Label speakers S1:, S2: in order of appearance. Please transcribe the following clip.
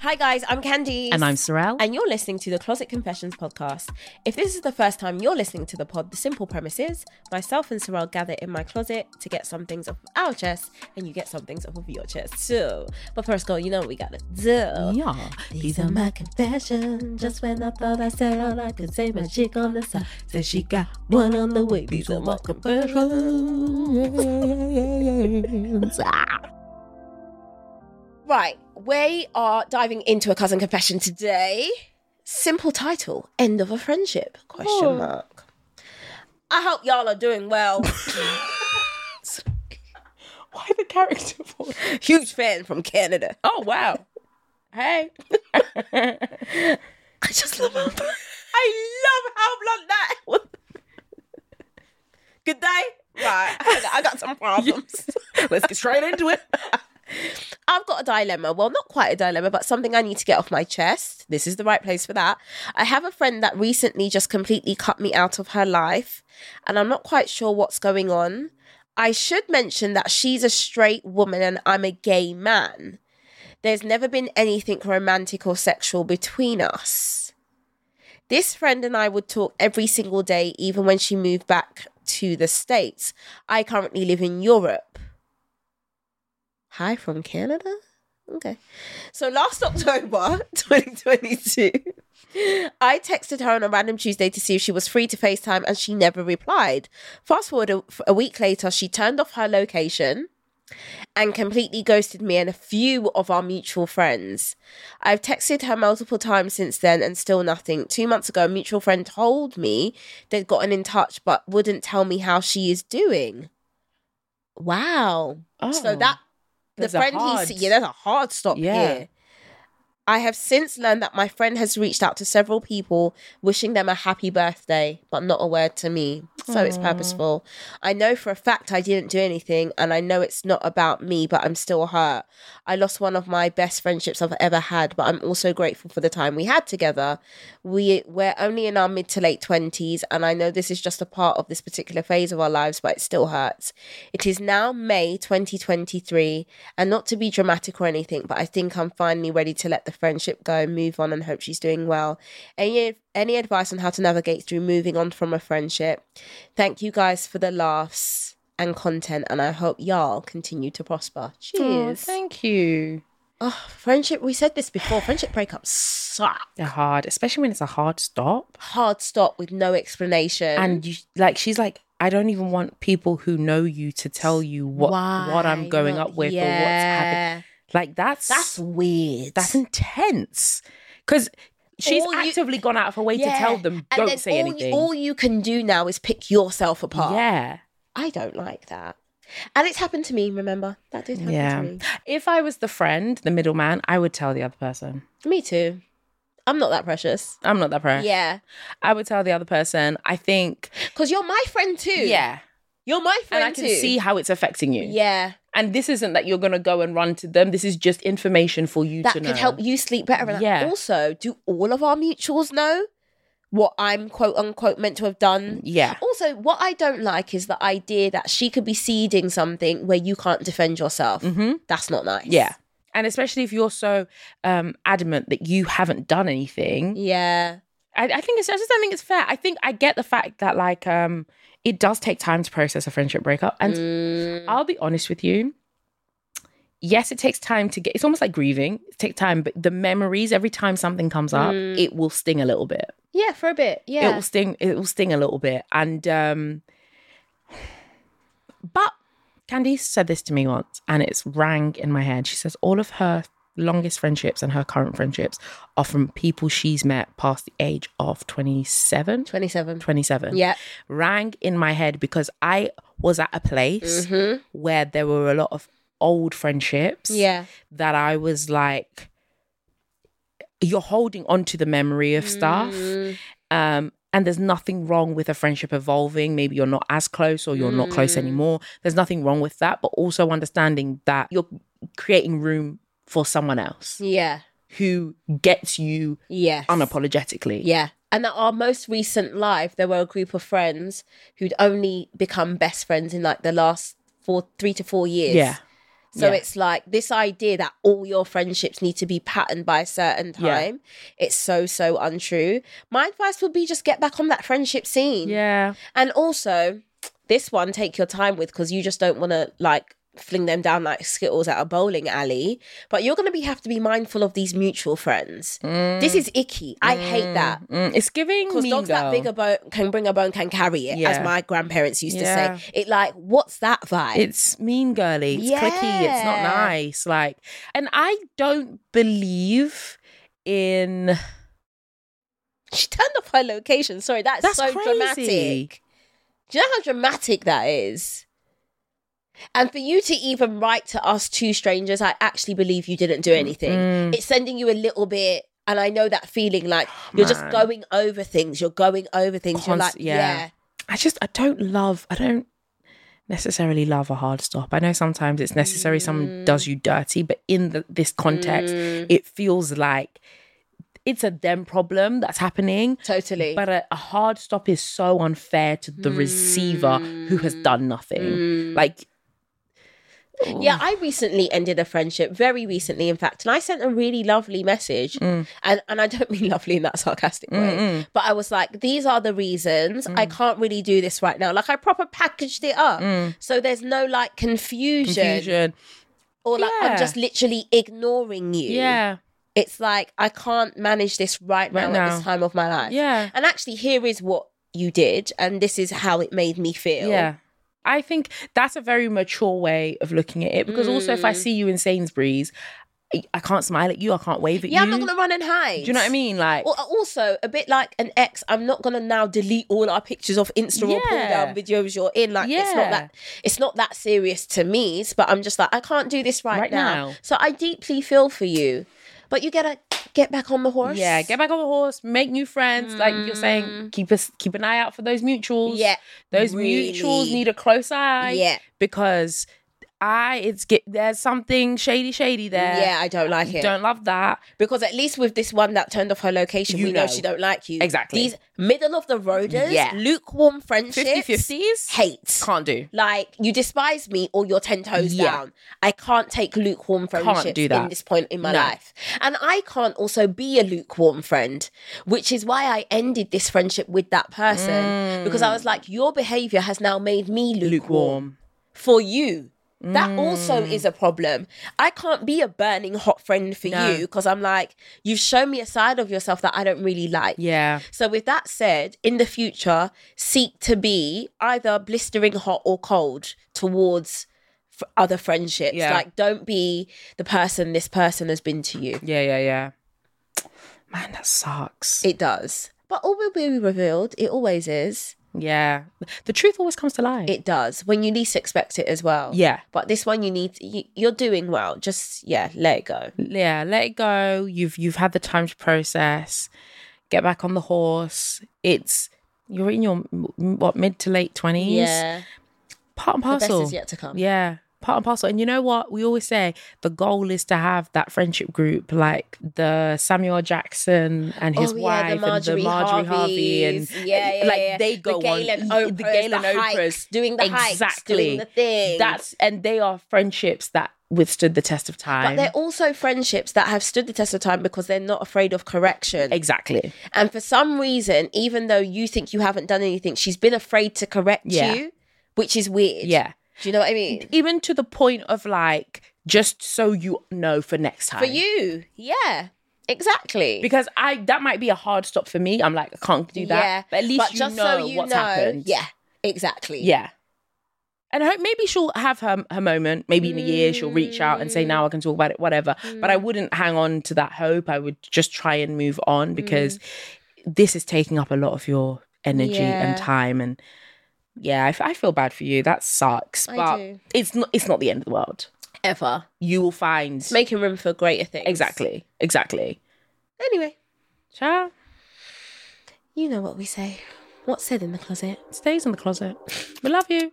S1: Hi, guys, I'm Candice.
S2: And I'm Sorrel.
S1: And you're listening to the Closet Confessions podcast. If this is the first time you're listening to the pod, the simple premise is myself and Sorrel gather in my closet to get some things off our chest, and you get some things off of your chest too. But first, girl, you know what we gotta do.
S2: yeah.
S1: These are my confessions. Just when I thought I said all I could say, my chick on the side said she got one on the way. These are my confessions. right, we are diving into a cousin confession today. Simple title: End of a friendship? Question mark. I hope y'all are doing well.
S2: Why the character voice?
S1: Huge fan from Canada.
S2: Oh, wow. Hey.
S1: I just love how blunt. I love how blunt that was. Good day. Right, I got, I got some problems.
S2: Let's get straight into it.
S1: I've got a dilemma. Well, not quite a dilemma, but something I need to get off my chest. This is the right place for that. I have a friend that recently just completely cut me out of her life, and I'm not quite sure what's going on. I should mention that she's a straight woman and I'm a gay man. There's never been anything romantic or sexual between us. This friend and I would talk every single day, even when she moved back to the States. I currently live in Europe. Hi from Canada? Okay. So last October 2022, I texted her on a random Tuesday to see if she was free to FaceTime and she never replied. Fast forward a, a week later, she turned off her location and completely ghosted me and a few of our mutual friends. I've texted her multiple times since then and still nothing. Two months ago, a mutual friend told me they'd gotten in touch but wouldn't tell me how she is doing. Wow. so
S2: Oh,
S1: that the
S2: there's a
S1: friend he
S2: hard-
S1: see, yeah, there's a hard stop
S2: Yeah.
S1: here. I have since learned that my friend has reached out to several people wishing them a happy birthday, but not a word to me. So it's purposeful. I know for a fact I didn't do anything, and I know it's not about me, but I'm still hurt. I lost one of my best friendships I've ever had, but I'm also grateful for the time we had together. We we're only in our mid to late twenties, and I know this is just a part of this particular phase of our lives, but it still hurts. It is now May 2023, and not to be dramatic or anything, but I think I'm finally ready to let the friendship go, move on, and hope she's doing well. Any any advice on how to navigate through moving on from a friendship? Thank you guys for the laughs and content, and I hope y'all continue to prosper. Cheers.
S2: Thank you.
S1: Oh, friendship. We said this before. Friendship breakups suck.
S2: They're hard, especially when it's a hard stop.
S1: Hard stop with no explanation.
S2: And you, like, she's like, I don't even want people who know you to tell you what what I'm
S1: Why
S2: going
S1: not?
S2: up with or what's
S1: Yeah.
S2: happening. Like that's
S1: That's weird.
S2: that's intense because she's
S1: All you-
S2: actively gone out of her way to tell them
S1: And then
S2: don't say
S1: all you-
S2: anything.
S1: all you can do now is pick yourself apart.
S2: yeah,
S1: I don't like that. And it's happened to me, remember? That did happen
S2: yeah.
S1: to me.
S2: If I was the friend, the middleman, I would tell the other person.
S1: Me too. I'm not that precious.
S2: I'm not that person.
S1: Yeah.
S2: I would tell the other person. I think.
S1: Because you're my friend too.
S2: Yeah,
S1: You're my friend
S2: and I can
S1: too.
S2: see how it's affecting you.
S1: yeah.
S2: And this isn't that you're gonna go and run to them. This is just information for you
S1: That
S2: to
S1: could
S2: know.
S1: help you sleep better. And
S2: Yeah.
S1: Also, do all of our mutuals know what I'm quote unquote meant to have done?
S2: Yeah.
S1: Also, what I don't like is the idea that she could be seeding something where you can't defend yourself.
S2: Mm-hmm.
S1: That's not nice.
S2: Yeah. And especially if you're so um, adamant that you haven't done anything,
S1: Yeah.
S2: I, I think it's. I just don't think it's fair. I think I get the fact that like um, it does take time to process a friendship breakup, and
S1: Mm.
S2: I'll be honest with you. Yes, it takes time to get. It's almost like grieving. It takes time, but the memories. Every time something comes up,
S1: Mm.
S2: it will sting a little bit.
S1: Yeah, for a bit. Yeah.
S2: It will sting. It will sting a little bit, and um, but Candice said this to me once, and it's rang in my head. She says all of her longest friendships and her current friendships are from people she's met past the age of 27
S1: 27.
S2: 27
S1: Yeah.
S2: rang in my head because I was at a place
S1: hmm
S2: where there were a lot of old friendships
S1: Yeah.
S2: that I was like, you're holding on to the memory of stuff.
S1: Mm.
S2: Um, and there's nothing wrong with a friendship evolving. Maybe you're not as close or you're not close
S1: Mm.
S2: anymore. There's nothing wrong with that. But also understanding that you're creating room for someone else
S1: Yeah.
S2: who gets you
S1: Yes.
S2: unapologetically.
S1: Yeah. And at our most recent live, there were a group of friends who'd only become best friends in like the last four, three to four years.
S2: Yeah.
S1: So
S2: Yeah.
S1: it's like this idea that all your friendships need to be patterned by a certain
S2: Yeah.
S1: time. It's so, so untrue. My advice would be just get back on that friendship scene.
S2: Yeah.
S1: And also, this one take your time with because you just don't want to like fling them down like skittles at a bowling alley. But you're gonna be have to be mindful of these mutual friends. This is icky. I hate that.
S2: Mm, it's giving
S1: Because
S2: mean
S1: dogs that
S2: girl.
S1: big a bone can bring a bone can carry it, as
S2: Yeah.
S1: my grandparents used
S2: Yeah.
S1: to say. It like, what's that vibe?
S2: It's mean girly. It's clicky. It's not
S1: Yeah.
S2: nice. Like, and I don't believe in.
S1: She turned off her location. Sorry, that's,
S2: That's
S1: so
S2: crazy.
S1: dramatic. Do you know how dramatic that is? And for you to even write to us two strangers, I actually believe you didn't do anything.
S2: Mm.
S1: It's sending you a little bit, and I know that feeling like you're just
S2: Man.
S1: going over things. You're going over things. you're
S2: Const-
S1: like,
S2: yeah.
S1: yeah.
S2: I just I don't love I don't necessarily love a hard stop. I know sometimes it's necessary someone does you dirty, but in the, this context,
S1: Mm,
S2: it feels like it's a them problem that's happening.
S1: totally.
S2: But a, a hard stop is so unfair to the receiver who has done nothing.
S1: Hmm. Mm.
S2: eh, Like, oh.
S1: Yeah, I recently ended a friendship, very recently, in fact, and I sent a really lovely message.
S2: Mm.
S1: And and I don't mean lovely in that sarcastic way, but I was like, these are the reasons
S2: Mm.
S1: I can't really do this right now. Like I proper packaged it up. So there's no like confusion,
S2: mm. confusion.
S1: or like I'm
S2: Yeah.
S1: just literally ignoring you.
S2: Yeah.
S1: It's like I can't manage this right now,
S2: Right
S1: at this
S2: now.
S1: time of my life.
S2: Yeah.
S1: And actually here is what you did and this is how it made me feel.
S2: Yeah. I think that's a very mature way of looking at it because also
S1: Mm.
S2: if I see you in Sainsbury's, I, I can't smile at you, I can't wave at
S1: Yeah,
S2: you.
S1: I'm not gonna run and hide.
S2: Do you know what I mean? Like,
S1: Well, uh, also a bit like an ex. I'm not gonna now delete all our pictures off Insta or pull down
S2: Yeah.
S1: videos you're in. Like it's not
S2: Yeah.
S1: that it's not that serious to me. But I'm just like I can't do this right,
S2: Right
S1: now.
S2: now.
S1: So I deeply feel for you, but you gotta get back on the horse.
S2: yeah, get back on the horse, make new friends. Like you're saying, keep us keep an eye out for those mutuals.
S1: Mm. Yeah,
S2: those
S1: really.
S2: mutuals need a close eye.
S1: Yeah,
S2: because I it's get there's something shady, shady there.
S1: yeah. I don't like it
S2: don't love that.
S1: because at least with this one that turned off her location,
S2: You
S1: we know.
S2: know.
S1: she don't like you.
S2: Exactly.
S1: These middle of the roaders,
S2: Yeah.
S1: lukewarm friendships,
S2: 50-50s?
S1: hate.
S2: Can't do.
S1: Like you despise me or you're ten toes
S2: Yeah.
S1: down. I can't take lukewarm friendships
S2: do that.
S1: in this point in my
S2: No.
S1: life. And I can't also be a lukewarm friend, which is why I ended this friendship with that person. Because I was like, your behavior has now made me lukewarm,
S2: Mm. Lukewarm. Mm.
S1: for you. That also is a problem. I can't be a burning hot friend for
S2: No.
S1: you because I'm like, you've shown me a side of yourself that I don't really like.
S2: Yeah.
S1: So, with that said, in the future, seek to be either blistering hot or cold towards f- other friendships.
S2: Yeah.
S1: Like, don't be the person this person has been to you.
S2: Yeah, yeah, yeah. Man, that sucks.
S1: It does. But all will be revealed. It always is.
S2: yeah. The truth always comes to light.
S1: It does when you least expect it as well.
S2: yeah.
S1: But this one, you need, you, you're doing well. Just, yeah, let it go.
S2: Yeah, let it go. You've you've had the time to process. Get back on the horse. It's you're in your m- m- what mid to late 20s. Part and
S1: The best
S2: parcel.
S1: is yet to come.
S2: Yeah, part and parcel. And you know what? We always say the goal is to have that friendship group like the Samuel Jackson and his
S1: Oh,
S2: wife
S1: yeah, the
S2: and the
S1: Marjorie,
S2: Marjorie Harvey and
S1: Harveys. yeah, yeah,
S2: like
S1: yeah.
S2: they go
S1: the Galen
S2: on
S1: Oprahs,
S2: the Galen
S1: hikes,
S2: Oprahs
S1: doing the
S2: exactly.
S1: hikes, doing the thing.
S2: That's and they are friendships that withstood the test of
S1: But
S2: time.
S1: they're also friendships that have stood the test of time because they're not afraid of correction.
S2: exactly.
S1: And for some reason, even though you think you haven't done anything, she's been afraid to correct
S2: Yeah.
S1: you, which is weird.
S2: Yeah.
S1: Do you know what I mean?
S2: Even to the point of like just so you know for next time.
S1: For you. Yeah. Exactly.
S2: Because I that might be a hard stop for me. I'm like I can't do that. But at least you know what's happened.
S1: Yeah. Exactly.
S2: Yeah. And I hope maybe she'll have her her moment. Maybe in a year she'll reach out and say, "Now I can talk about it, whatever." But
S1: Mm.
S2: I wouldn't hang on to that hope. I would just try and move
S1: Mm.
S2: on because this is taking up a lot of your energy
S1: Yeah.
S2: and time. And yeah, I, f- I feel bad for you. That sucks.
S1: I
S2: but
S1: do.
S2: it's not it's not the end of the world.
S1: Ever.
S2: You will find
S1: Making room for greater things.
S2: exactly exactly.
S1: Anyway,
S2: Ciao.
S1: you know what we say. What's said in the closet?
S2: Stays in the closet. We love you.